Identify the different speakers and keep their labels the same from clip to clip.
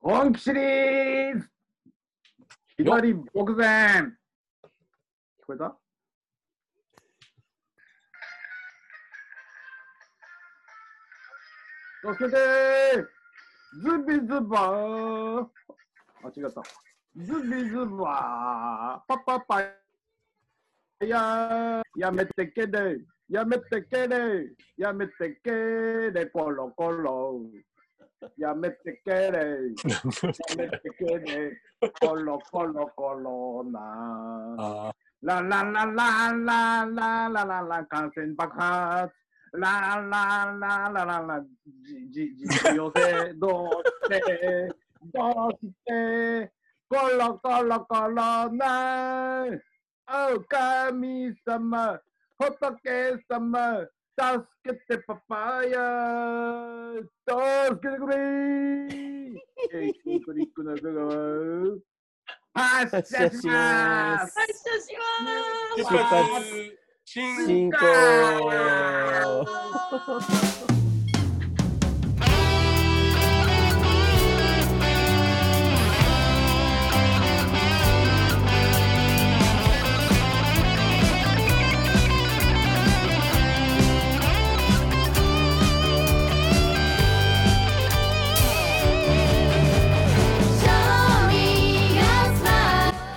Speaker 1: 本気シリーズひばり牧前聞こえた助けてズビズバーあ、違った。ズビズバーパパパいやーやめてけれやめてけれやめてけれコロコロやめてけれやめてけれコロコロコロナ
Speaker 2: あ
Speaker 1: ラララララララララ感染爆発ララララララじじじ寄 せどうしてどうしてコロコロコロナお神様仏様助けてパパイヤ助けてくれエイキクリックの中川発射します
Speaker 3: 発射し
Speaker 2: 出
Speaker 3: ま
Speaker 2: 発進
Speaker 3: 進行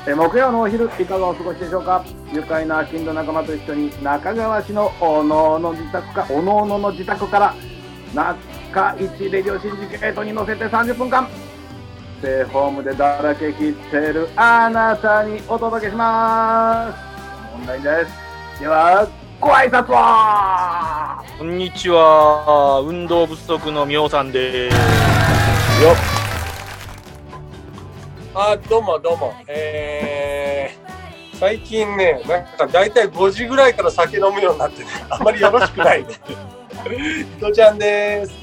Speaker 1: えー木曜のお昼いかがお過ごしでしょうか愉快な金の仲間と一緒に中川市のおのおの自宅かおのおのの自宅から中一レディオシンジケートに乗せて30分間ステイホームでだらけきってるあなたにお届けします問題ですではご挨拶は
Speaker 4: こんにちは運動不足のみょうさんです
Speaker 2: あどうもどうもえー、最近ねなんか大体5時ぐらいから酒飲むようになってねあんまりよろしくないね伊藤ちゃんです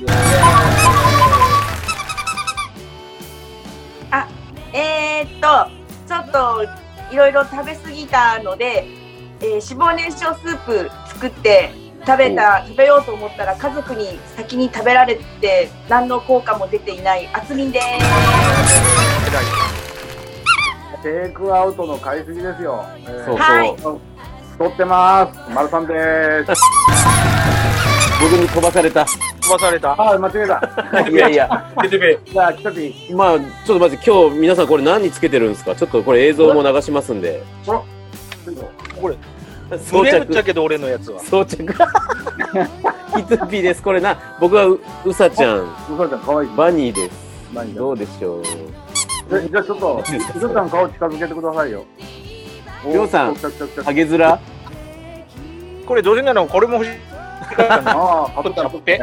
Speaker 3: えー、っとちょっといろいろ食べ過ぎたので、えー、脂肪燃焼スープ作って食べた食べようと思ったら家族に先に食べられて何の効果も出ていないあつみんです
Speaker 1: テイクアウトの買いすぎですよ、えー
Speaker 2: そう
Speaker 3: はい
Speaker 1: 太ってます丸さんです
Speaker 5: 僕に飛ばされた。
Speaker 4: 飛ばされた
Speaker 1: あー間違えた
Speaker 5: いやいや、
Speaker 2: ケテベ
Speaker 1: じゃあ北ピー
Speaker 5: まあ、ちょっと待って、今日皆さんこれ何つけてるんですかちょっとこれ映像も流しますんで。
Speaker 4: 売
Speaker 5: 装
Speaker 4: れるっちゃ
Speaker 5: 着。
Speaker 4: けど俺のやつは
Speaker 5: 装着。 キツピです。これな、僕はううさちゃん、
Speaker 1: うさちゃん可愛い
Speaker 5: バニーです。
Speaker 1: バニーだ
Speaker 5: どうでしょう。
Speaker 1: えじゃあちょっと、うさちゃん顔近づけてくださいよ。
Speaker 5: りょうさん
Speaker 1: お来た来た来た
Speaker 5: ハゲヅラ
Speaker 4: これどうせならこれも欲しい
Speaker 1: ああ、かぶ
Speaker 4: 取
Speaker 1: っ
Speaker 4: った
Speaker 1: た
Speaker 4: ら
Speaker 1: ら取
Speaker 4: ポッ
Speaker 1: って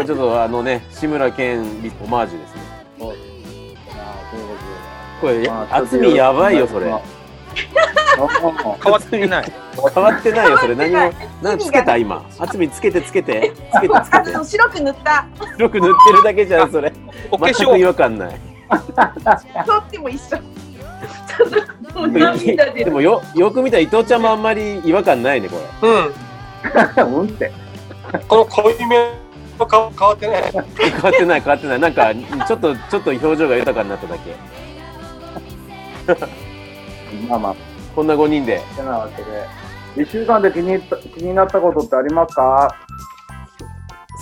Speaker 4: ペ。
Speaker 5: ちょっとあのね、志村けんリオマージュですね。
Speaker 1: ああ、そういうこと
Speaker 5: これ、
Speaker 1: まあ
Speaker 5: 厚みやばいよ、それ。
Speaker 1: ああ
Speaker 4: 変わってない
Speaker 5: 変わってないよ、それ。何
Speaker 3: 変わっ
Speaker 5: も
Speaker 3: てない。
Speaker 5: 何つけた今。厚みつけてつけて。つけてつ
Speaker 3: あ
Speaker 5: けて。
Speaker 3: と白く塗った
Speaker 5: 白く塗ってるだけじゃん、それ。
Speaker 4: お化
Speaker 5: 全く違
Speaker 4: 粧
Speaker 5: 和感ない。
Speaker 3: とっても一緒ちょっともう涙出
Speaker 5: で
Speaker 3: る
Speaker 5: もよよく見たら伊藤ちゃんもあんまり違和感ないねこれ
Speaker 2: う
Speaker 1: うんって。
Speaker 2: んこの濃いめの顔変わってない
Speaker 5: 変わってない変わってないなんかちょっとちょっと表情が豊かになっただけ
Speaker 1: まあまあ、
Speaker 5: こんな5人で
Speaker 1: てなわけで。一週間で気に入った気になったことってありますか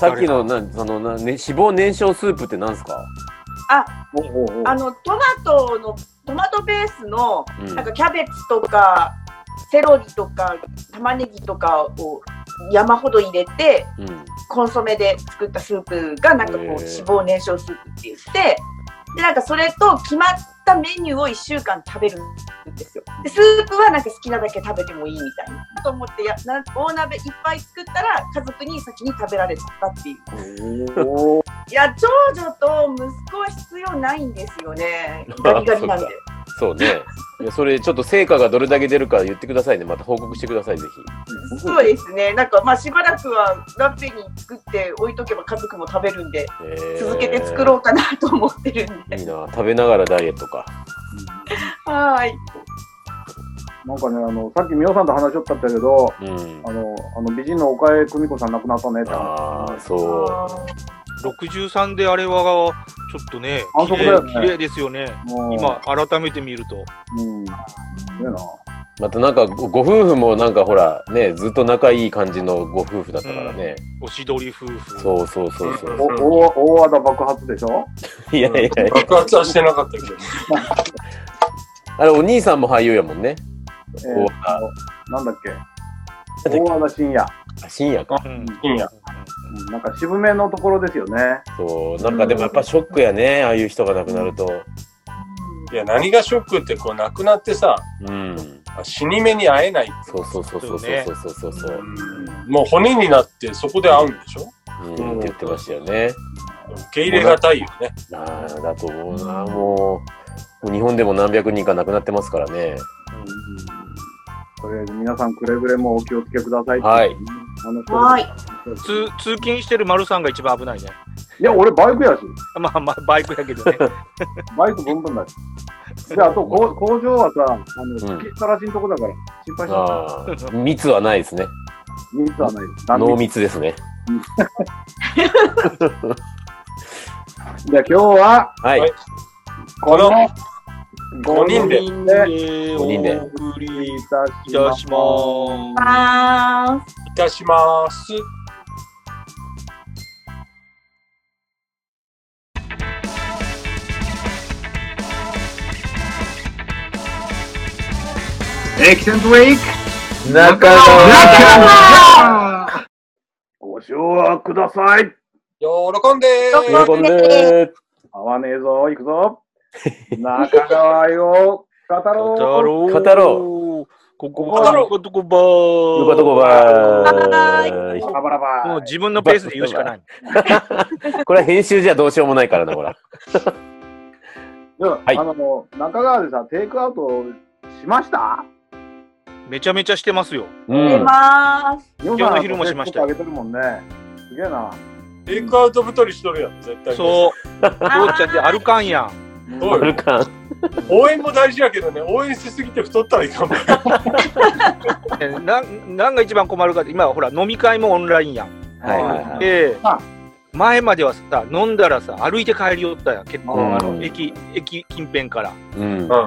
Speaker 5: さっきのなんそのな、ね、脂肪燃焼スープってなんすか
Speaker 1: おおお
Speaker 3: あのトマトのトマトベースの
Speaker 5: うん
Speaker 3: なんかキャベツとかセロリとか玉ねぎとかを山ほど入れて
Speaker 5: うん
Speaker 3: コンソメで作ったスープがなんかこう
Speaker 5: へー
Speaker 3: 脂肪燃焼スープって言ってでなんかそれと決まったメニューを1週間食べるんですよでスープはなんか好きなだけ食べてもいいみたいなと思ってやな大鍋いっぱい作ったら家族に先に食べられちゃったっていう
Speaker 1: お
Speaker 3: いや長女と息子は必要ないんですよねガリガリなんで
Speaker 5: そうねいやそれちょっと成果がどれだけ出るか言ってくださいねまた報告してくださいぜ
Speaker 3: そうですね。なんかまあしばらくはラッペに作って置いとけば家族も食べるんで、
Speaker 5: ひ、えー
Speaker 3: 続けて作ろうかなと思ってるんで。
Speaker 5: いいな食べながらダイエットか
Speaker 3: はーい。
Speaker 1: なんかね、あの、さっきみおさんと話しよったったけど、
Speaker 5: うん
Speaker 1: あの、あの美人の岡江久美子さん亡くなったねって話。
Speaker 5: ああそう
Speaker 3: あー
Speaker 4: 63であれはちちょっとね、
Speaker 1: あそこ
Speaker 4: 綺
Speaker 1: だよね
Speaker 4: 麗綺麗ですよね。
Speaker 1: もう
Speaker 4: 今、改めて見ると。
Speaker 1: うん。すげえな。
Speaker 5: またなんかごご夫婦もなんかほらねずっと仲いい感じのご夫婦だったからね、
Speaker 4: おしどり夫婦。
Speaker 5: そうそうそうそううん
Speaker 1: お大大和田爆発でしょ
Speaker 5: いやいやいや
Speaker 2: 爆発はしてなかったけど。
Speaker 5: あれお兄さんも俳優やもんね
Speaker 1: え
Speaker 5: 大
Speaker 1: ー
Speaker 5: 和田
Speaker 1: なんだっけ大和田深夜。
Speaker 5: 深夜か
Speaker 4: うん
Speaker 2: 深夜。
Speaker 1: うんなんか渋めのところですよね。
Speaker 5: そうなんかでもやっぱショックやねああいう人が亡くなると
Speaker 2: いや、何がショックって、こう、亡くなってさ、
Speaker 5: うん
Speaker 2: 死に目に会えない。
Speaker 5: そうそうそうそうそうそうそうそう、
Speaker 2: もう骨になって、そこで会うんでしょ
Speaker 5: うん、って言ってましたよね
Speaker 2: 受け入れがたいよね。
Speaker 5: なあだと思うなもうもう日本でも何百人か亡くなってますからね
Speaker 1: とりあえず皆さんくれぐれもお気をつけください。
Speaker 5: はい。
Speaker 1: あの人
Speaker 3: はい。
Speaker 4: 通通勤してる丸さんが一番危ないね。
Speaker 1: いや、俺バイクやし。
Speaker 4: まあまあ、バイクやけどね。
Speaker 1: バイクブンブンだし。で、あとこう工場はさ、あの、
Speaker 5: ん
Speaker 1: 吹きっぱらしのとこだから、心配しな
Speaker 5: ああ密はないですね
Speaker 1: い。密はないです。断
Speaker 5: 濃
Speaker 1: 密
Speaker 5: 密ですね
Speaker 1: じゃあ今日は、
Speaker 5: はい、
Speaker 2: はい
Speaker 1: この
Speaker 2: 五人で
Speaker 5: 五人で
Speaker 4: お送
Speaker 1: い
Speaker 4: りい
Speaker 1: たしたます
Speaker 4: し。ます。
Speaker 3: まーす。
Speaker 2: いたします。
Speaker 1: エキセントウィーク
Speaker 5: 中
Speaker 1: ご賞はください
Speaker 2: 喜んでー
Speaker 5: 喜んで
Speaker 1: 合わねえぞ、行くぞ中川愛を語
Speaker 4: 語
Speaker 1: ろう
Speaker 4: ろう。
Speaker 5: 語
Speaker 4: う。ここは、どこどこばー
Speaker 5: よかとこばーい
Speaker 1: バラバラ
Speaker 4: も
Speaker 1: バ
Speaker 4: う自分のペースで言うしかない。
Speaker 5: これは編集じゃどうしようもないからなほら
Speaker 1: では
Speaker 5: はい
Speaker 1: あの、中川でさ、テイクアウトしました
Speaker 4: めちゃめちゃしてますよ。
Speaker 5: う
Speaker 3: 出
Speaker 5: ん
Speaker 3: まーす。
Speaker 1: 今
Speaker 4: 日の昼もしましたよ
Speaker 1: あげてるもんね。すげえな。
Speaker 2: テイクアウト太りしとるやん、絶対。
Speaker 4: そう。おっちゃんって歩かんやん。
Speaker 2: う。
Speaker 5: あ
Speaker 2: どう
Speaker 5: る
Speaker 2: よ。
Speaker 5: か
Speaker 2: 応援も大事やけどね、応援しすぎて太ったらいかんもん。
Speaker 4: えなん、なんが一番困るかって、今ほら飲み会もオンラインやん。
Speaker 5: はいはいはい
Speaker 4: で
Speaker 1: あ、
Speaker 4: 前まではさ、飲んだらさ、歩いて帰りよったやん。結
Speaker 1: うん
Speaker 4: 構、あの、駅、駅近辺から。
Speaker 5: うん
Speaker 4: あ
Speaker 3: は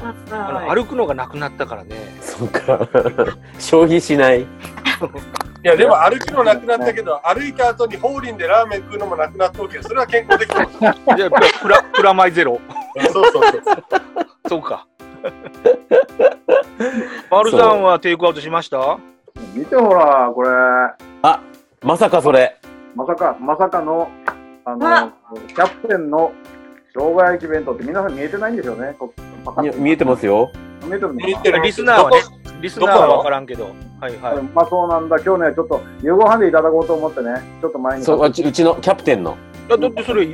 Speaker 4: の歩くのがなくなったからね。
Speaker 5: そっか 消費しない
Speaker 2: いや、でも歩くのなくなったけど、歩いた後にホーリンでラーメン食うのもなくなったわけよ。それは健康的だもん。
Speaker 4: じゃあ、プラ、プラマイゼロ。
Speaker 2: そうそうそう。
Speaker 4: そうか。丸さんはテイクアウトしました
Speaker 1: 見てほら、これ、
Speaker 5: まさかそれ
Speaker 1: まさか、まさかの、あの
Speaker 3: あ、
Speaker 1: キャプテンの生姜焼き弁当って皆さん見えてないんですよね。こうパカ
Speaker 5: み
Speaker 1: ッと
Speaker 5: 見えてますよ
Speaker 1: 見えてるのかな
Speaker 2: 見てる
Speaker 4: リスナーはねリスナー
Speaker 2: どこな
Speaker 4: は
Speaker 2: の
Speaker 4: わからんけど。はい
Speaker 1: これ
Speaker 4: は
Speaker 1: うまそうなんだ。今日ね、ちょっと夕ご飯でいただこうと思ってね、ちょっと前に。
Speaker 5: そううちうちのキャプテンの
Speaker 4: い。いや、だってそれ、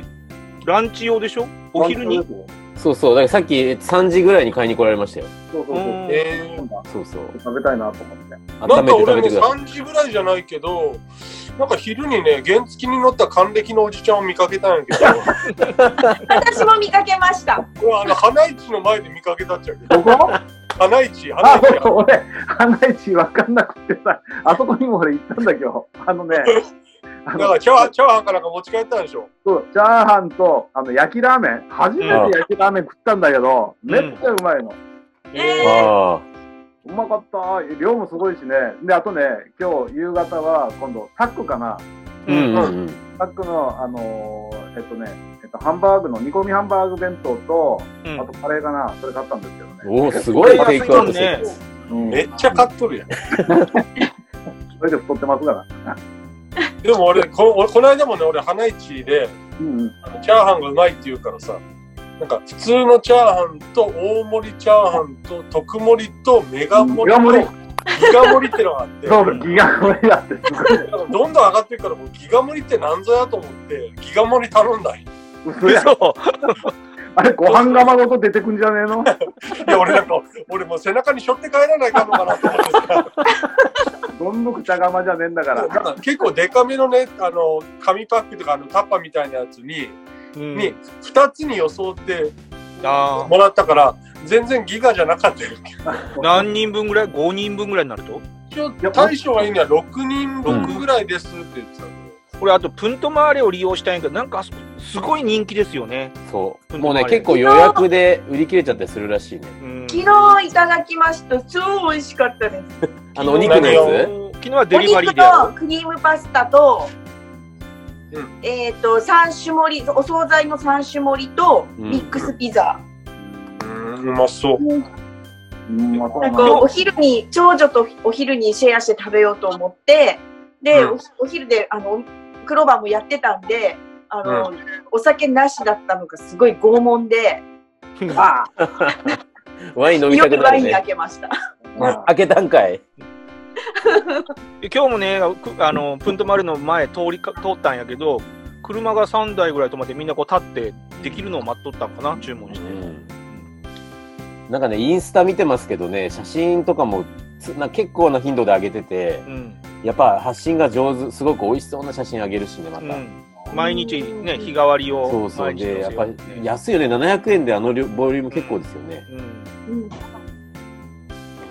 Speaker 4: ランチ用でしょお昼に。
Speaker 5: そうそうだからさっき3時ぐらいに買いに来られましたよ
Speaker 1: そうそう
Speaker 4: う
Speaker 1: そう。
Speaker 4: ん
Speaker 2: え
Speaker 5: そうそう
Speaker 1: 食べたいなと思って。
Speaker 2: ー、な
Speaker 5: 温
Speaker 2: んか
Speaker 5: めて食
Speaker 2: 俺
Speaker 5: べ
Speaker 2: ね、
Speaker 5: てくださ
Speaker 2: 3時ぐらいじゃないけど、なんか昼にね、原付に乗った還暦のおじちゃんを見かけたんやけど、
Speaker 3: 私も見かけました。
Speaker 2: これあの花市の前で見かけたっちゃうけど、
Speaker 1: どこ
Speaker 2: 花市、花
Speaker 1: あ、
Speaker 2: 市や
Speaker 1: そう俺、花市わかんなくてさ、あそこにも俺行ったんだ今日。あのね、あ
Speaker 2: だか
Speaker 1: の
Speaker 2: らチャーチャーハンかなんか持ち帰ったんでしょ。
Speaker 1: そうチャーハンとあの焼きラーメン、初めて焼きラーメン食ったんだけど、
Speaker 4: ん
Speaker 1: めっちゃうまいの。
Speaker 3: え
Speaker 5: いあ
Speaker 1: うまかった。量もすごいしね。で、あとね、今日夕方は今度、タックかな。
Speaker 5: あうんうん
Speaker 1: タックの、あのーえっとね、えっと、ハンバーグの煮込みハンバーグ弁当と、
Speaker 4: うん
Speaker 1: あとカレーかな、それ買ったんですけどね。
Speaker 5: うんおおすごいテイクアウトして
Speaker 4: ね
Speaker 5: る。
Speaker 1: うん
Speaker 2: めっちゃ買っとるやん。
Speaker 1: それで太ってますから。
Speaker 2: でも俺、こ俺この間もね、俺、花市で、
Speaker 1: うんうん。
Speaker 2: あのチャーハンがうまいって言うからさ、なんか普通のチャーハンと大盛りチャーハンと特盛りとメガ盛りと
Speaker 1: メガ盛
Speaker 2: ギガ盛りってのがあって、
Speaker 1: そう、ギガ盛りだって。すごい。
Speaker 2: どんどん上がってるからもうギガ盛りってなんぞやと思ってギガ盛り頼んだんよ
Speaker 1: 嘘やん
Speaker 4: 嘘
Speaker 1: あれ、ご飯釜ごと出てくんじゃねえの
Speaker 2: いや俺なんか俺もう背中に背負って帰らないかもかなと思ってさ
Speaker 1: どんどく茶釜じゃねえんだか
Speaker 2: なん
Speaker 1: ら。
Speaker 2: か結構デカめのねあの紙パックとかあのタッパみたいなやつに,、
Speaker 4: うん
Speaker 2: に2つに装って
Speaker 4: あ
Speaker 2: もらったから全然ギガじゃなかったよ
Speaker 4: ー何人分ぐらい ?5 人分ぐらいになると
Speaker 2: 一応大将が言うには6人6ぐらいですって言ってたのよ
Speaker 4: これあとプントマーレを利用したいんやけどなんかあそこすごい人気ですよね。
Speaker 5: そう。もうね、結構予約で売り切れちゃったりするらしいね。
Speaker 4: うん
Speaker 3: 昨日いただきました。超美味しかったです。
Speaker 5: あの、お肉のやつ
Speaker 4: 昨日はデ
Speaker 3: お
Speaker 4: リバリー
Speaker 3: 肉
Speaker 4: でやろ
Speaker 3: とクリームパスタと、
Speaker 2: うん
Speaker 3: えっ、と、三種盛り、お惣菜の三種盛りと、
Speaker 5: うん
Speaker 3: ミックスピザ。
Speaker 2: うん、うまそう。
Speaker 1: うんまた
Speaker 3: なん
Speaker 1: な
Speaker 3: か、お昼に、長女とお昼にシェアして食べようと思って、で、
Speaker 2: うん
Speaker 3: おお昼で、あの、クローバーもやってたんで、あの、お酒なしだったのがすごい拷問で、
Speaker 1: あ
Speaker 5: ワイン飲みたく
Speaker 3: 夜
Speaker 5: な
Speaker 3: ワイ
Speaker 5: る
Speaker 3: ン開
Speaker 5: ね。
Speaker 3: けました。
Speaker 1: あ
Speaker 5: 開けたんかい。
Speaker 4: う。今日もね、くあのプントマルの前通りか通ったんやけど、車が3台ぐらい止まってみんなこう立ってできるのを待っとったんかな注文して。
Speaker 5: なんかね、インスタ見てますけどね、写真とかもつな結構な頻度で上げてて、
Speaker 4: うん。
Speaker 5: やっぱ発信が上手、すごく美味しそうな写真上げるしね、ま
Speaker 4: う
Speaker 5: た。
Speaker 4: ん。毎日ね日替わりを
Speaker 5: そうそう。
Speaker 4: 毎日
Speaker 5: で、やっ
Speaker 4: 載せ
Speaker 5: ぱ
Speaker 4: ようね
Speaker 5: 安いよね、700円であの量ボリューム結構ですよね。
Speaker 4: うん。
Speaker 3: うん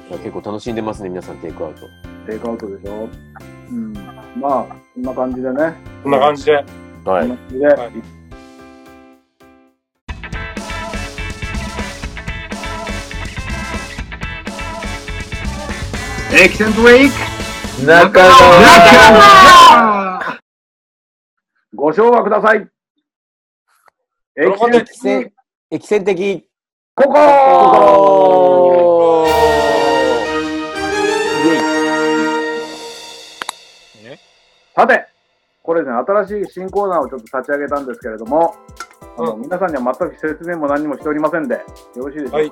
Speaker 5: 結構楽しんでますね、皆さん、テイクアウト。
Speaker 1: テイクアウトでしょ。うん。まあ、こんな感じでね。
Speaker 2: こんな感じで。
Speaker 1: こ
Speaker 5: は
Speaker 1: ん
Speaker 5: い
Speaker 1: な。感じで。
Speaker 2: はい
Speaker 1: エキセントウィーク
Speaker 5: 中
Speaker 1: ご賞はください。エキセン
Speaker 2: 喜んで
Speaker 1: ト
Speaker 5: 駅線、駅線的。
Speaker 1: ここ
Speaker 5: おー
Speaker 1: さて、これね、新しい新コーナーをちょっと立ち上げたんですけれども、あの皆さんには全く説明も何もしておりませんで、よろしいでしょうか。
Speaker 2: はい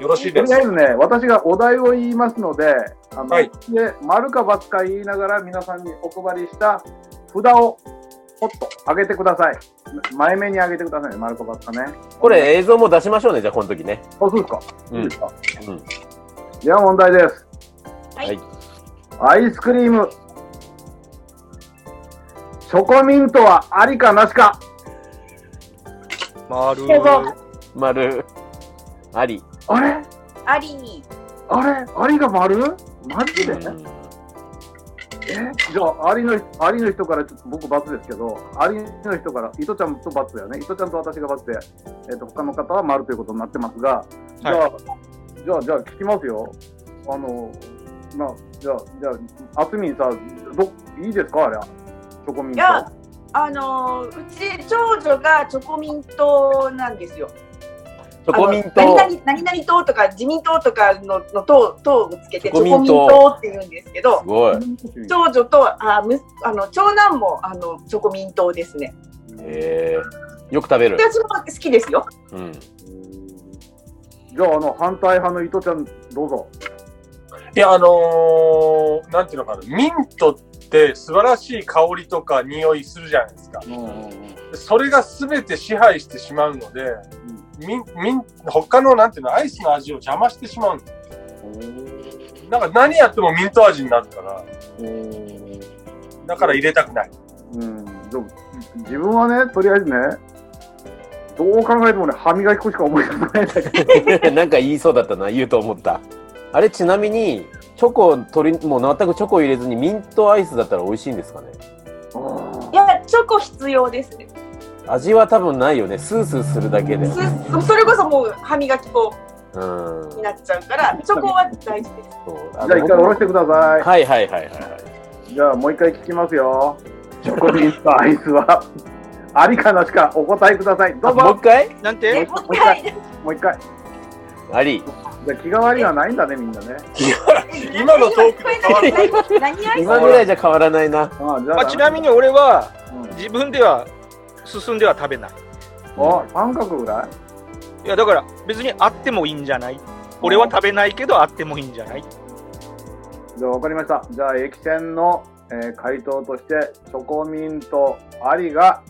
Speaker 2: よろし
Speaker 1: と
Speaker 2: いで
Speaker 1: り
Speaker 2: す
Speaker 1: あ。えずね、私がお題を言いますので、あの、
Speaker 2: はい
Speaker 1: で、丸か×か言いながら皆さんにお配りした札をポッと上げてください。前目に上げてくださいね、丸か×かね。
Speaker 5: これ映像も出しましょうね、じゃあこの時ね。
Speaker 1: そうするか。
Speaker 5: うん
Speaker 1: いいですか
Speaker 5: うん
Speaker 1: では問題です。
Speaker 3: はい
Speaker 1: アイスクリーム。チョコミントはありかなしか
Speaker 4: 丸
Speaker 3: どうぞ
Speaker 5: 丸。あり。
Speaker 1: あれ
Speaker 3: あり、
Speaker 1: あれありが丸マジで、えじゃあ、アリの人アリの人からちょっと僕、罰ですけど、アリの人から、糸ちゃんと罰だよね、糸ちゃんと私が罰で、えっと他の方は丸ということになってますが、じゃあ、じゃあ、じゃあ、聞きますよ、あの、まあ、じゃあ、じゃあ、あつみんさど、いいですか、あれ、チョコミン
Speaker 3: い
Speaker 1: ト。
Speaker 3: や、あのーうち長女がチョコミン党なんですよ。
Speaker 5: チョコミン
Speaker 3: あの
Speaker 5: ト。
Speaker 3: 何々何々党とか自民党とかのの党党をつけてチ
Speaker 5: チョコ
Speaker 3: ョ
Speaker 5: ミ
Speaker 3: コ
Speaker 5: ン党
Speaker 3: ミン党って言うんですけ
Speaker 5: す
Speaker 3: ど、
Speaker 5: ごい。
Speaker 3: 長女とあむあの長男もあのチョコミン党ですね。
Speaker 5: えー、よく食べる。
Speaker 3: 私も好きですよ。
Speaker 5: うん。
Speaker 1: じゃあ、あの、反対派の糸ちゃん、どうぞ。
Speaker 2: いや、あのー、なんていうのかな、ミントって素晴らしい香りとか匂いするじゃないですか。それが全て支配してしまうので、ミン、ミン、他のなんていうの、アイスの味を邪魔してしまうんですよなんか何やってもミント味になるから、だから入れたくない。
Speaker 1: うん、でも自分はね、とりあえずね、どう考えてもね、歯磨き粉しか思い出さないんだけど、
Speaker 5: なんか言いそうだったな、言うと思った。あれ、ちなみに、チョコ、取り、もう全くチョコ入れずにミントアイスだったら美味しいんですかね
Speaker 3: いやチョコ必要ですね。
Speaker 5: 味は多分ないよね。スースーするだけで。うん。
Speaker 3: そそれこそもう歯磨き粉に
Speaker 5: そ
Speaker 3: なっちゃうからチョコは大事です。
Speaker 5: う。
Speaker 1: じゃあ、一回下ろしてください。
Speaker 5: はいはいはいはいはい。
Speaker 1: じゃあもう一回聞きますよ。チョコミントアイスはありかなしかお答えください。ど
Speaker 5: あ
Speaker 1: う
Speaker 5: もう
Speaker 1: ぞ
Speaker 5: 一。回
Speaker 4: なんて
Speaker 3: えもう一回
Speaker 1: もう一回。
Speaker 5: あり。
Speaker 1: じゃあ気が悪いはないんだねみんなね。
Speaker 2: 今のトークで変わる。
Speaker 3: 何何アイス
Speaker 5: 今ぐらいじゃ変わらないな。
Speaker 1: ああじゃ
Speaker 4: ま
Speaker 1: あ
Speaker 4: あ、ちなみに俺は
Speaker 1: うん
Speaker 4: 自分では進んでは食べない。
Speaker 1: お三角ぐらい。
Speaker 4: いやだから別にあってもいいんじゃない俺は食べないけどあってもいいんじゃない
Speaker 1: じゃあわかりました。じゃあ駅線の、えー回答としてチョコミントありが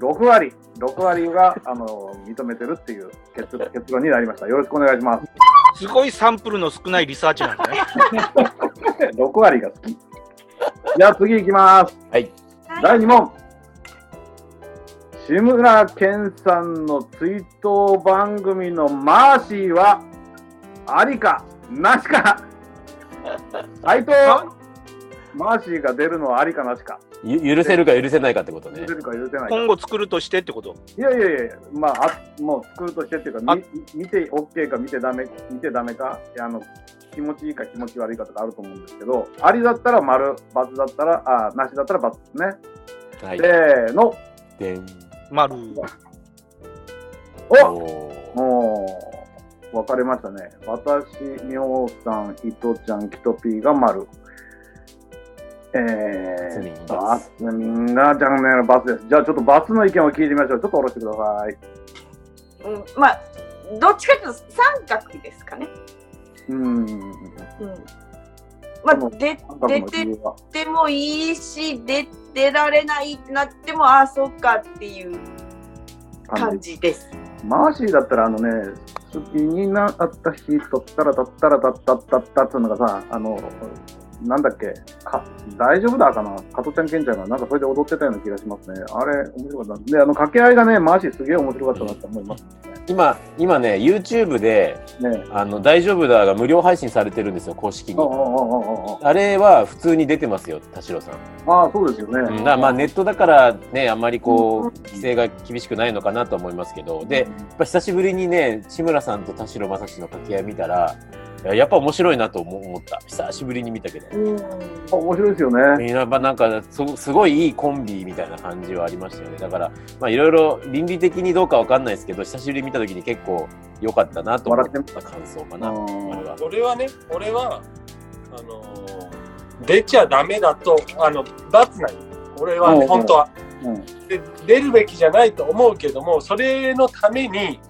Speaker 1: 六割。6割が あの認めてるっていう結結論になりました。よろしくお願いします。
Speaker 4: すごいサンプルの少ないリサーチなんだね。
Speaker 1: 6割が好き。じゃあ次行きます。
Speaker 5: はい。
Speaker 1: 第2問志村けんさんの追悼番組のマーシーはありかな しか回答マーシーが出るのはありかなしか
Speaker 5: ゆ許せるか許せないかってことね
Speaker 1: 許せ。るか許せないか。
Speaker 4: 今後作るとしてってこと
Speaker 1: いやいやいや、まあ、あもう作るとしてっていうか、み見て OK か見てダメ、見てダメか、いやあの、気持ちいいか気持ち悪いかとかあると思うんですけど、ありだったら丸、×だったら、あなしだったら×ですね。
Speaker 5: はい。
Speaker 1: せーの、
Speaker 5: でん。
Speaker 4: 丸。
Speaker 1: お
Speaker 5: おー
Speaker 1: もう、分かれましたね。私、みょうさん、ひとちゃん、きとぴーが丸。え
Speaker 5: つみ
Speaker 1: ー
Speaker 5: ん
Speaker 1: と、あつみんがじゃんねるバツです。じゃあちょっとバツの意見を聞いてみましょう。ちょっと下ろしてください。
Speaker 3: うん、まあどっちかというと三角ですかね。
Speaker 1: うーん。
Speaker 3: うん、ま
Speaker 1: でも
Speaker 3: あ出出てってもいいし出出られないってなってもああそっかっていう感じです。
Speaker 1: マーシーだったらあのね、好きになった日とったらたったらたったったったっつうのがさ、あの、なんだっけ、か大丈夫だかな、加トちゃんけんちゃんがなんかそれで踊ってたような気がしますね。あれ、面白かった。で、あの掛け合いがね、マーシーすげえ面白かったなって思います
Speaker 5: 今、今ね、YouTube で、
Speaker 1: ね。
Speaker 5: あの、大丈夫だが無料配信されてるんですよ、公式に
Speaker 1: ああ、。あ
Speaker 5: あれは普通に出てますよ、田代さん。
Speaker 1: あ、ああ、そうですよね。
Speaker 5: うん、だからまあネットだからね、あんまりこう、規制が厳しくないのかなと思いますけど、で、やっぱ久しぶりにね、志村さんと田代正史の掛け合い見たら、いややっぱ面白いなと思思った。久しぶりに見たけど。
Speaker 3: うん、
Speaker 1: あ面白いですよね。
Speaker 5: やっぱなんかす、すごいいいコンビみたいな感じはありましたよね。だから、まあいろいろ倫理的にどうかわかんないですけど、久しぶりに見た時に結構良かったなと思った感想かな。
Speaker 1: うん
Speaker 5: あれは
Speaker 2: 俺はね、俺は、あのー出ちゃダメだと、あの、罰ない。俺は、
Speaker 1: うんう
Speaker 2: ね、
Speaker 1: ん
Speaker 2: 本当は、
Speaker 1: うん
Speaker 2: で出るべきじゃないと思うけども、それのために、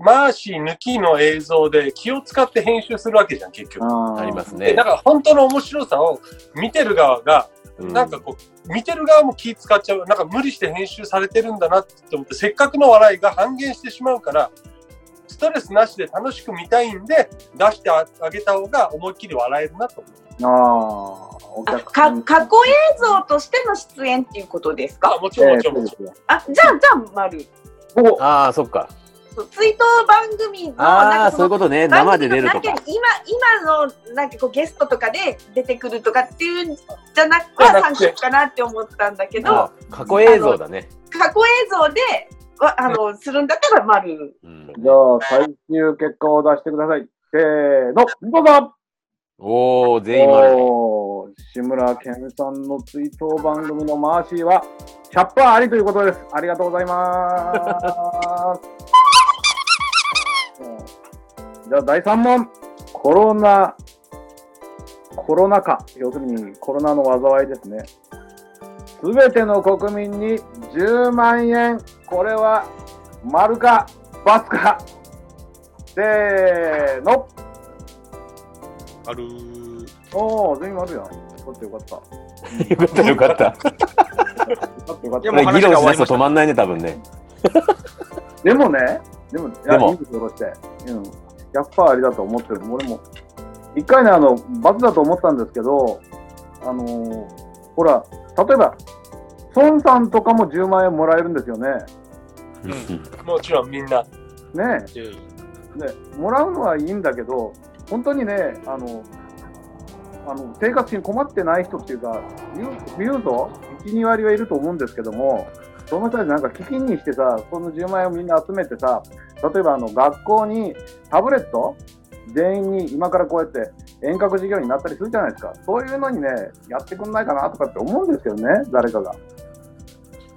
Speaker 2: マーシー抜きの映像で気を使って編集するわけじゃん、結局。
Speaker 1: あ
Speaker 5: あります
Speaker 2: で
Speaker 5: ね
Speaker 2: だ。から本当の面白さを見てる側が、
Speaker 5: うん
Speaker 2: なんかこう、見てる側も気使っちゃう、なんか無理して編集されてるんだなって思って、せっかくの笑いが半減してしまうから、ストレスなしで楽しく見たいんで、出してあげた方が思いっきり笑えるなと思う。
Speaker 1: す。ああ、お
Speaker 3: あ
Speaker 1: 客さ
Speaker 3: か
Speaker 1: ん。
Speaker 3: 過去映像としての出演っていうことです
Speaker 2: あ
Speaker 3: か。
Speaker 2: もちろん、
Speaker 1: え
Speaker 2: も
Speaker 1: え
Speaker 2: ちろん、
Speaker 1: そう
Speaker 2: も
Speaker 1: で
Speaker 2: ち
Speaker 1: すよ。
Speaker 3: あじゃあじゃあ丸。
Speaker 1: お
Speaker 5: ああ、そっか。
Speaker 3: そう追悼番組の
Speaker 5: あ
Speaker 3: なんか
Speaker 5: あ、そういうことね。
Speaker 3: 番
Speaker 5: 生で
Speaker 3: 組の
Speaker 5: 出ると
Speaker 3: 中
Speaker 5: か
Speaker 3: に。今今のなんかこうゲストとかで出てくるとかっていうんじゃなく
Speaker 2: じゃ
Speaker 3: は
Speaker 2: な
Speaker 3: 三
Speaker 2: くて
Speaker 3: 角かなって思ったんだけ
Speaker 5: あ
Speaker 3: ど
Speaker 5: 過去映像だね。
Speaker 3: 過去映像でわあのするんだったら丸
Speaker 5: うん
Speaker 1: じゃあ、最終結果を出してください。せーの、どうぞ
Speaker 5: おお、全員丸。
Speaker 1: おー志村けんさんの追悼番組のマーシーは、キャッパーありということです。ありがとうございます。うんじゃあ、第3問。コロナ、コロナ禍、要するにコロナの災いですね。すべての国民に10万円。これは、丸か、×か。せーの。
Speaker 4: 丸。
Speaker 1: おー、全員丸やん。よかったよかった。
Speaker 5: よかったよかった。
Speaker 1: よかったよかっ
Speaker 4: い
Speaker 1: た
Speaker 4: や
Speaker 5: こ
Speaker 4: もう
Speaker 5: れ
Speaker 4: 話が
Speaker 5: 議論し
Speaker 4: 終わりま
Speaker 5: ないと
Speaker 4: した
Speaker 5: 止まんないね、多分ね。
Speaker 1: でもね、でも、いや
Speaker 5: でも
Speaker 1: いいことろして、うん、100%ありだと思ってる。俺も、一回ね、あの、罰だと思ったんですけど、あのーほら、例えば、孫さんとかも10万円もらえるんですよね。
Speaker 4: う
Speaker 2: ろん、もちろんみんな。
Speaker 1: ね
Speaker 4: で
Speaker 1: えねえもらうのはいいんだけど、本当にね、あの、あの生活に困ってない人っていうか、言う言うと、1、2割はいると思うんですけども、その人たちなんか基金にしてさ、その10万円をみんな集めてさ、例えばあの学校にタブレット、全員に今からこうやって遠隔授業になったりするじゃないですか、そういうのにね、やってくんないかなとかって思うんですけどね、誰かが。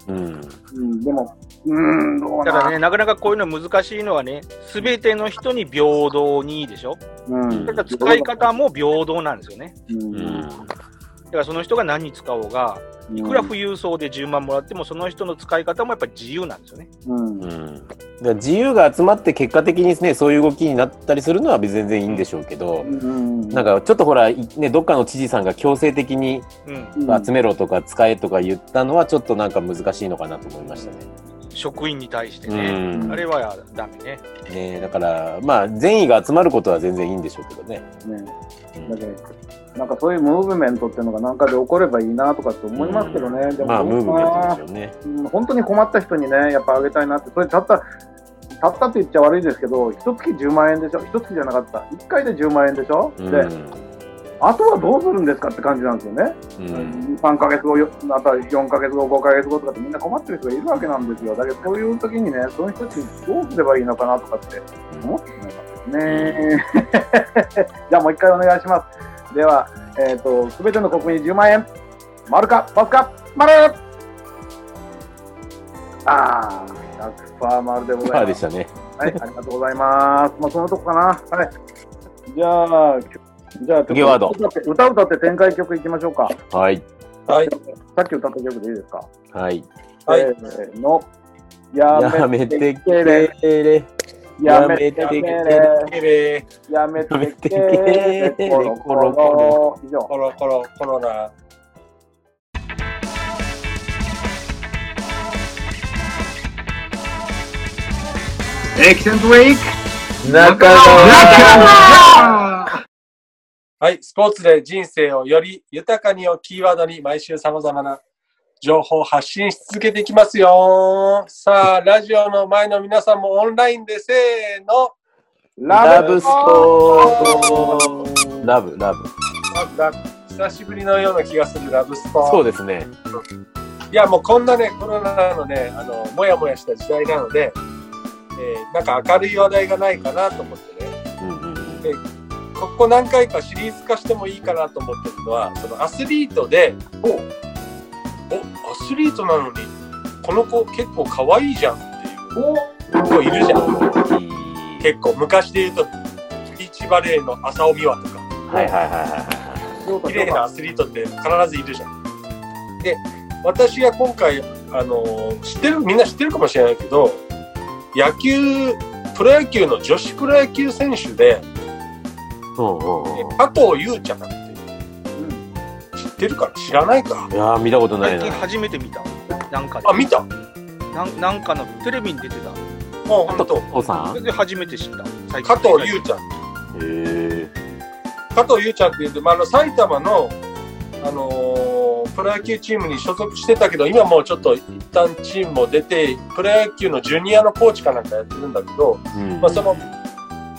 Speaker 5: うん。
Speaker 1: うん、でも、うーん、どう
Speaker 4: だ
Speaker 1: な
Speaker 4: からね、なかなかこういうの難しいのはね、すべての人に平等にでしょ。
Speaker 1: うん
Speaker 4: だから使い方も平等なんですよね。
Speaker 1: うん
Speaker 5: うん。
Speaker 4: だからその人が何に使おうが、いくら富裕層で10万もらっても、その人の使い方もやっぱり自由なんですよね。
Speaker 1: うん
Speaker 5: う、ん。だから自由が集まって結果的にですね、そういう動きになったりするのは別に全然いいんでしょうけ
Speaker 1: う
Speaker 5: ど、
Speaker 1: ん
Speaker 5: なんかちょっとほら、いね、どっかの知事さんが強制的に
Speaker 4: うん。
Speaker 5: 集めろとか使えとか言ったのはちょっとなんか難しいのかなと思いましたね。
Speaker 4: 職員に対して
Speaker 5: う
Speaker 4: ね。
Speaker 5: ん
Speaker 4: あ。れはダメね。
Speaker 5: ねだから、まあ善意が集まることは全然いいんでしょうけどね。
Speaker 1: ね
Speaker 5: うん
Speaker 1: だけどなんかそういうムーブメントっていうのがなんかで起こればいいなとかって思いますけどね、でも
Speaker 5: まあムーブメントですよね。
Speaker 1: うん本当に困った人にね、やっぱあげたいなって、それたった、たったって言っちゃ悪いですけど、一月10万円でしょ、一月じゃなかった、1回で10万円でしょ、
Speaker 5: う
Speaker 1: で、
Speaker 5: ん。
Speaker 1: あとはどうするんですかって感じなんですよね。
Speaker 5: うん
Speaker 1: 3ヶ月後、よあとは4ヶ月後、5ヶ月後とかってみんな困ってる人がいるわけなんですよ。だけど、そういう時にね、その人たちどうすればいいのかなとかって思ってなかったですね。じゃあもう一回お願いします。では、えっ、と、すべての国民10万円。丸か、×か、丸あー、100%丸でございます。
Speaker 5: パーでしたね。
Speaker 1: はい、ありがとうございます。まあ、そのとこかな。はい。じゃあ、じゃあ、ち
Speaker 5: ゲワード
Speaker 1: ょっと歌って歌歌って展開曲いきましょうか。
Speaker 5: はい。
Speaker 2: はい。
Speaker 1: さっき歌った曲でいいですか。
Speaker 5: はい。
Speaker 2: はい
Speaker 1: せーの。や
Speaker 5: や
Speaker 1: め
Speaker 5: め
Speaker 1: て
Speaker 5: て
Speaker 1: け
Speaker 5: け
Speaker 1: れ、
Speaker 5: れ。
Speaker 1: やめてけれ、
Speaker 2: きれい
Speaker 1: やめ
Speaker 5: やめ
Speaker 1: てけ
Speaker 5: てけ
Speaker 1: れ
Speaker 5: れ、
Speaker 1: コロコロ。以上。
Speaker 2: コロコロコロナ。
Speaker 1: エキセントウィーク
Speaker 5: 中
Speaker 2: はい、スポーツで人生をより豊かにをキーワードに毎週様々な情報を発信し続けていきますよ。さあ、ラジオの前の皆さんもオンラインでせーの。
Speaker 1: ラ
Speaker 5: ラブ
Speaker 1: ブ
Speaker 5: ス
Speaker 1: ス
Speaker 5: ポーツ。ラブ、ラブ。
Speaker 2: ラ久しぶりのような気がするラブスポ
Speaker 5: そう
Speaker 2: ー
Speaker 5: ですね。
Speaker 2: いや、もうこんなね、コロナのね、あの、もやもやした時代なので、えーなんか明るい話題がないかなと思ってね。
Speaker 5: うんうんうん
Speaker 2: ここ何回かシリーズ化してもいいかなと思ってるのはそのアスリートでおおアスリートなのにこの子結構可愛いじゃんっていう子いるじゃん
Speaker 5: いい
Speaker 2: 結構昔で言うとビーチバレーの浅尾美和とか
Speaker 5: はいはいはいは
Speaker 2: 綺麗なアスリートって必ずいるじゃん。で私が今回あの知ってるみんな知ってるかもしれないけど野球プロ野球の女子プロ野球選手で
Speaker 5: い。うんうんうん。
Speaker 2: 加藤優ちゃんっていう知ってるかな知らないか
Speaker 5: いやー見たことな
Speaker 4: 最
Speaker 5: いな
Speaker 4: 近。初めて見た。なんかで。
Speaker 2: あ見た
Speaker 4: なんなんかのテレビに出てた。
Speaker 2: もう本当
Speaker 5: お父さ
Speaker 4: そ
Speaker 5: ん。
Speaker 4: れで初めて知った。最
Speaker 2: 加
Speaker 4: 近
Speaker 2: 藤優ちゃん
Speaker 5: へえ。
Speaker 2: 加藤優ちゃんっていうと、まあ、あの埼玉の、あのープロ野球チームに所属してたけど今もうちょっと一旦チームも出てプロ野球のジュニアのコーチかなんかやってるんだけど、
Speaker 5: うん
Speaker 2: まあ、その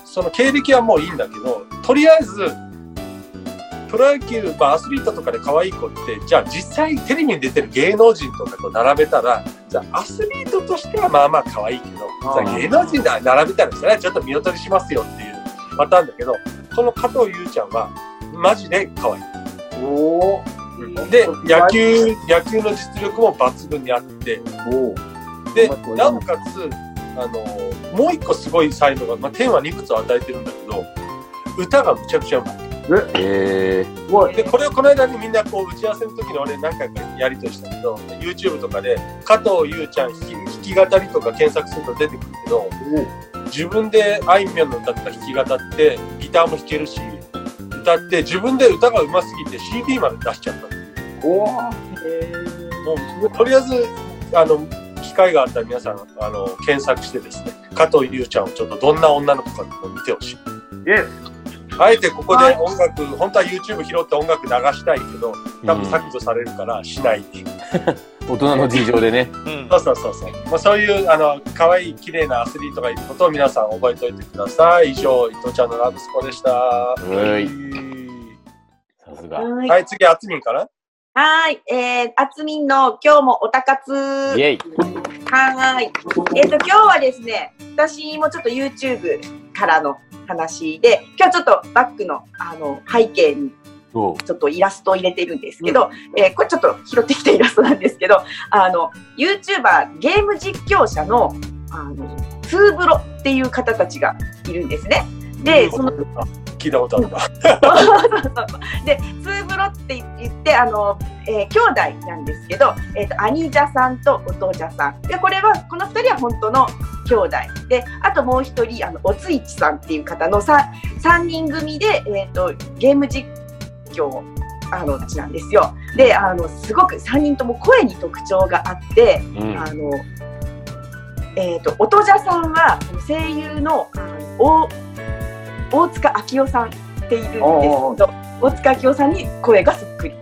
Speaker 2: その経歴はもういいんだけどとりあえずプロ野球、まあ、アスリートとかで可愛い子ってじゃあ実際テレビに出てる芸能人とかと並べたらじゃあアスリートとしてはまあまあ可愛いけど
Speaker 1: あ
Speaker 2: さ
Speaker 1: ー
Speaker 2: 芸能人で並べたらそれはちょっと見劣りしますよっていうパターンだけどこの加藤優ちゃんはマジで可愛い。
Speaker 1: おお。
Speaker 2: で野球野球の実力も抜群にあって
Speaker 1: お
Speaker 2: で
Speaker 1: 頑張っております
Speaker 2: なおかつあのもう一個すごい才能が、まあ、天はいくつを与えてるんだけど歌がむちゃくちゃうまい。
Speaker 5: へえ。
Speaker 1: すごい。
Speaker 2: でこれをこの間にみんなこう打ち合わせの時に俺何回かやりとりしたけど YouTube とかで加藤優ちゃん弾き弾き語りとか検索すると出てくるけど自分であいみょんの歌った弾き語ってギターも弾けるし歌って自分で歌が上手すぎて CD まで出しちゃった
Speaker 1: おお。
Speaker 2: もうとりあえずあの機会があったら皆さんあの検索してですね加藤優ちゃんをちょっとどんな女の子かっていうのを見てほしい。
Speaker 1: イエス。
Speaker 2: あえてここで音楽、本当は YouTube 拾って音楽流したいけど、多分削除されるからしない。
Speaker 5: 大人の事情でね。
Speaker 4: うん
Speaker 2: そうそうそうそう。まあ、そういう、あの、可愛い綺麗なアスリートがいることを皆さん覚えておいてください。以上、伊藤ちゃんのラブスポでした。は
Speaker 5: はい
Speaker 2: い。
Speaker 5: さすが。
Speaker 3: はーい。
Speaker 2: 次、あつみんかな
Speaker 3: はーい。えー、あつみんの今日もおたかつ。
Speaker 5: イェイ。
Speaker 3: はーい。えっ、と、今日はですね、私もちょっと YouTube からの話で、今日ちょっとバックの、あの、背景に
Speaker 5: おう。
Speaker 3: ちょっとイラストを入れてるんですけど、えーこれちょっと拾ってきたイラストなんですけど、あの、YouTuber、ゲーム実況者の、あの、ツーブロっていう方たちがいるんですね。で、その、
Speaker 2: あ聞いたことあるな。
Speaker 3: で、ツーブロって言って、あの、えー兄弟なんですけど、えっ、と、兄者さんとお父者さん。で、これは、この二人は本当の兄弟。で、あともう一人、あの、おついちさんっていう方の三三人組で、えっ、と、ゲーム実況をあの、なんですよ。で、あの、すごく三人とも声に特徴があって、
Speaker 5: うん。
Speaker 3: あの、えっ、と、おとじゃさんは声優の大大塚明夫さんっているんですけど、
Speaker 1: お
Speaker 3: 大塚明夫さんに声がそっくり。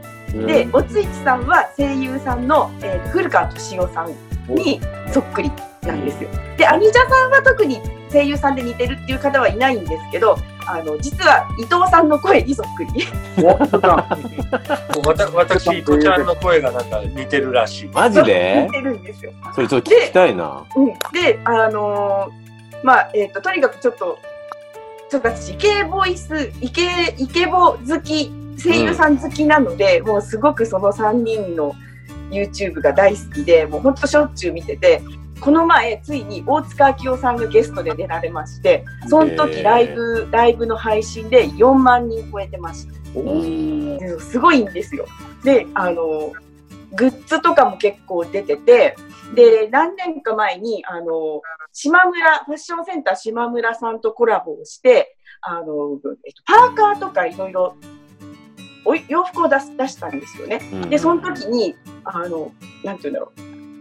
Speaker 3: で、おついちさんは声優さんの、えーと古川敏夫さんにそっくりなんですよ。で、アニジャさんは特に声優さんで似てるっていう方はいないんですけど、あの実は伊藤さんの声にそっくり。
Speaker 1: お出た
Speaker 2: わた私、伊藤ちゃんの声がなんか似てるらしい。
Speaker 5: マジで
Speaker 3: 似てるんですよ。
Speaker 5: それちょっと聞きたいな。
Speaker 3: うん、で、あのーまあ、えっ、と、とにかくちょっと、ちょっと私、イケボイス、イケ、イケボ好き、声優さん好きなので、もうすごくその3人の YouTube が大好きで、もうほんとしょっちゅう見てて、この前、ついに大塚明夫さんがゲストで出られまして、その
Speaker 5: へ
Speaker 3: 時
Speaker 5: ー
Speaker 3: ライブ、ライブの配信で4万人超えてました。うんすごいんですよ。で、あの、グッズとかも結構出てて、で、何年か前に、あの、島村、ファッションセンター島村さんとコラボをして、あの、えっと、パーカーとかいろいろ、おい洋服を出す出したんですよね。で、その時に、あの、なんて言うんだろ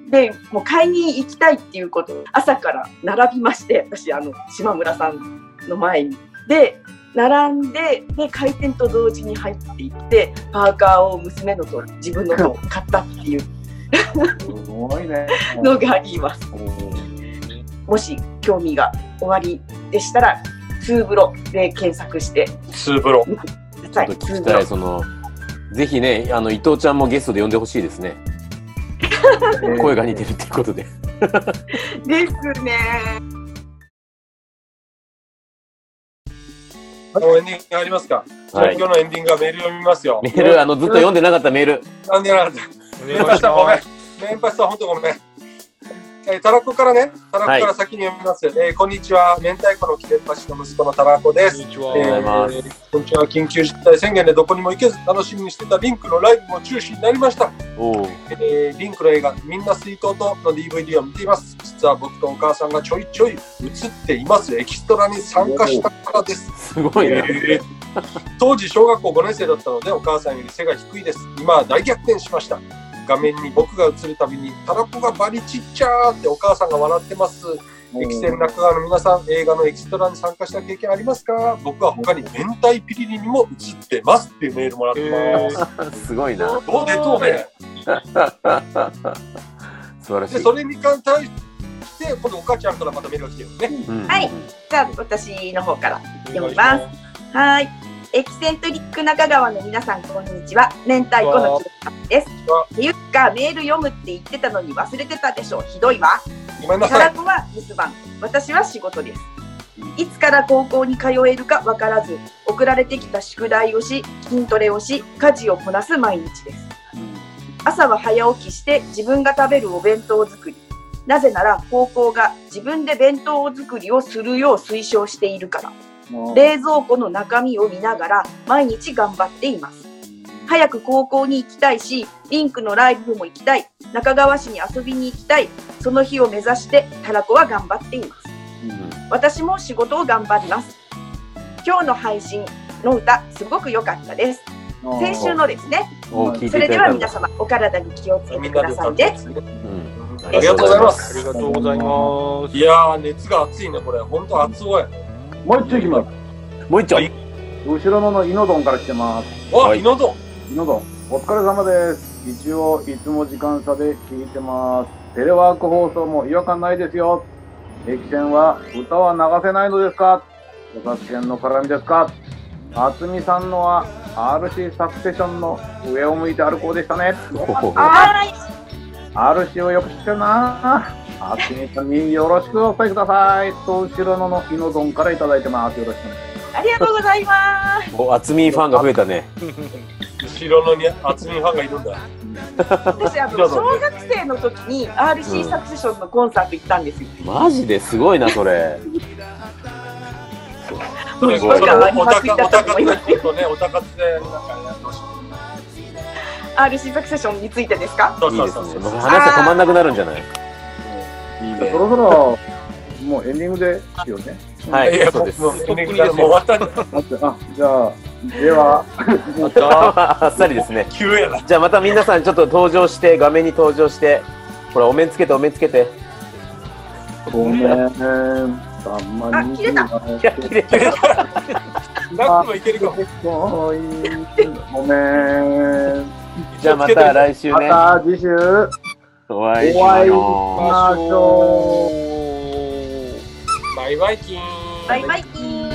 Speaker 3: う。で、もう買いに行きたいっていうことを朝から並びまして、私、あの、島村さんの前に。で、並んで、で、開店と同時に入っていって、パーカーを娘のと自分のと買ったっていう
Speaker 1: すごいね。
Speaker 3: のがあります。もし興味が終わりでしたら、ツーブロで検索して
Speaker 2: ツーブロ。
Speaker 3: くだ
Speaker 5: ちょ
Speaker 3: さ
Speaker 5: っ
Speaker 3: い。
Speaker 5: と聞
Speaker 3: ツー
Speaker 5: き
Speaker 3: ブ
Speaker 5: た
Speaker 3: ロ
Speaker 5: い、その、ぜひね、あの、伊藤ちゃんもゲストで呼んでほしいですね。声が似てるっていうことで。
Speaker 3: ですね。
Speaker 2: もうエンディングありますか
Speaker 5: はい
Speaker 2: 東京のエンディングはメール読みますよ
Speaker 5: メ。ール、あの、ずっと読んでなかったメール。
Speaker 2: なんでなんだ。メンパスさんごめん。 メンパスさん本当ごめん。えー、タラコからね、タラコから先に読みます。えーこんにちは、明太子の起点橋の息子のタラコです。
Speaker 5: ありがとうございます。
Speaker 2: えーこんにちは、緊急事態宣言でどこにも行けず、楽しみにしてたリンクのライブも中止になりました。
Speaker 5: おう
Speaker 2: えーリンクの映画、みんな水筒との DVD を見ています。実は僕とお母さんがちょいちょい映っています。エキストラに参加したからです。
Speaker 5: すごいね。
Speaker 2: えー当時小学校5年生だったのでお母さんより背が低いです今は大逆転しました画面に僕が映るたびに「タラコがバリちっちゃー」ってお母さんが笑ってます駅線中川の皆さん映画のエキストラに参加した経験ありますか僕は他に明太ピリリにも映ってますっていうメールもらってます、
Speaker 5: すごいな。
Speaker 2: どうで透明
Speaker 5: 素晴らし
Speaker 2: で
Speaker 5: い。
Speaker 2: それに関対して今度お母ちゃんからまたメールが来てるのね
Speaker 5: うん
Speaker 3: はいじゃあ、私の方から。読みます
Speaker 2: お願いし
Speaker 3: はーい。エキセントリック中川の皆さん、こんにちは。明太子の木村です。っていうか、メール読むって言ってたのに忘れてたでしょう。ひどいわ。
Speaker 2: すごめんな
Speaker 3: タ
Speaker 2: さ
Speaker 3: ラ
Speaker 2: い
Speaker 3: コは留守番、私は仕事です。いつから高校に通えるか分からず、送られてきた宿題をし、筋トレをし、家事をこなす毎日です。朝は早起きして自分が食べるお弁当作り。なぜなら高校が自分で弁当作りをするよう推奨しているから。冷蔵庫の中身を見ながら毎日頑張っています。早く高校に行きたいし、リンクのライブも行きたい、中川市に遊びに行きたい、その日を目指してタラコは頑張っています。私も仕事を頑張ります。今日の配信の歌、すごく良かったです。先週のですね。
Speaker 5: おう聞い
Speaker 3: そ
Speaker 5: てい
Speaker 3: れで
Speaker 5: ただ
Speaker 3: はい皆
Speaker 5: た。
Speaker 3: 様、お体に気をつけて
Speaker 2: みん
Speaker 3: く
Speaker 2: な
Speaker 3: だ
Speaker 2: で
Speaker 3: さ
Speaker 2: 歌っ
Speaker 3: い
Speaker 2: て
Speaker 3: ね
Speaker 2: ま。すね
Speaker 5: うん
Speaker 2: ありがとうございます
Speaker 4: ありがとうございます。
Speaker 2: いやー熱が熱いねこれ本当熱い
Speaker 1: もう一丁いきます。
Speaker 5: もう一丁。
Speaker 2: はい
Speaker 1: 後ろののイノドンから来てます。
Speaker 2: あ、
Speaker 5: は
Speaker 2: っ
Speaker 5: い
Speaker 2: イノドン
Speaker 1: イノドン、お疲れ様です。一応、いつも時間差で聞いてます。テレワーク放送も違和感ないですよ。駅線は歌は流せないのですか著作権の絡みですか渥美さんのは RC サクセションの上を向いて歩こうでしたね。
Speaker 5: おう
Speaker 3: はーい。
Speaker 1: RC をよく知ってるなぁ。渥美さんによろしくお伝えください。と、後ろののイノドンからいただいてます。よろしくお願いします。
Speaker 3: ありがとうございます。
Speaker 5: お、厚みファンが増えたね。
Speaker 2: 後ろのに厚みファンがいるんだ。
Speaker 3: 私、あの、小学生の時に RC サクセションのコンサート行ったんですよ。
Speaker 5: マジですごいな、それ。
Speaker 2: それ
Speaker 5: す
Speaker 2: そ
Speaker 5: ごい
Speaker 2: れおたか、おたかでちょっとね、おたかつで、なんかやってほしい。
Speaker 3: RC サクセションについてですか
Speaker 2: そう
Speaker 5: いい
Speaker 2: そう
Speaker 5: です
Speaker 2: そうそう
Speaker 5: ね。もう話が止まんなくなるんじゃないいい
Speaker 1: そろそろ、もうエンディングですよね。
Speaker 5: はい
Speaker 2: いや、
Speaker 5: い、
Speaker 2: も
Speaker 5: そう
Speaker 2: う
Speaker 5: です。
Speaker 2: エンディングだもう終わったんだ。
Speaker 1: 待って、あ、じゃあ、では、
Speaker 5: あっさりですね。
Speaker 2: 急やな。
Speaker 5: じゃあまた皆さんちょっと登場して、画面に登場して、ほら、お面つけて、お面つけて。
Speaker 1: ごめん、たまに。
Speaker 3: あ切れた
Speaker 5: いや、綺麗
Speaker 2: なくもいけるかも。
Speaker 1: ごめん。
Speaker 5: じゃあまた来週ね。
Speaker 1: また次週、
Speaker 5: お会いし
Speaker 1: お
Speaker 5: ま
Speaker 1: 会いし
Speaker 5: しょう。
Speaker 1: ましょう。
Speaker 2: バイバイキーン。
Speaker 3: バイバイキーン。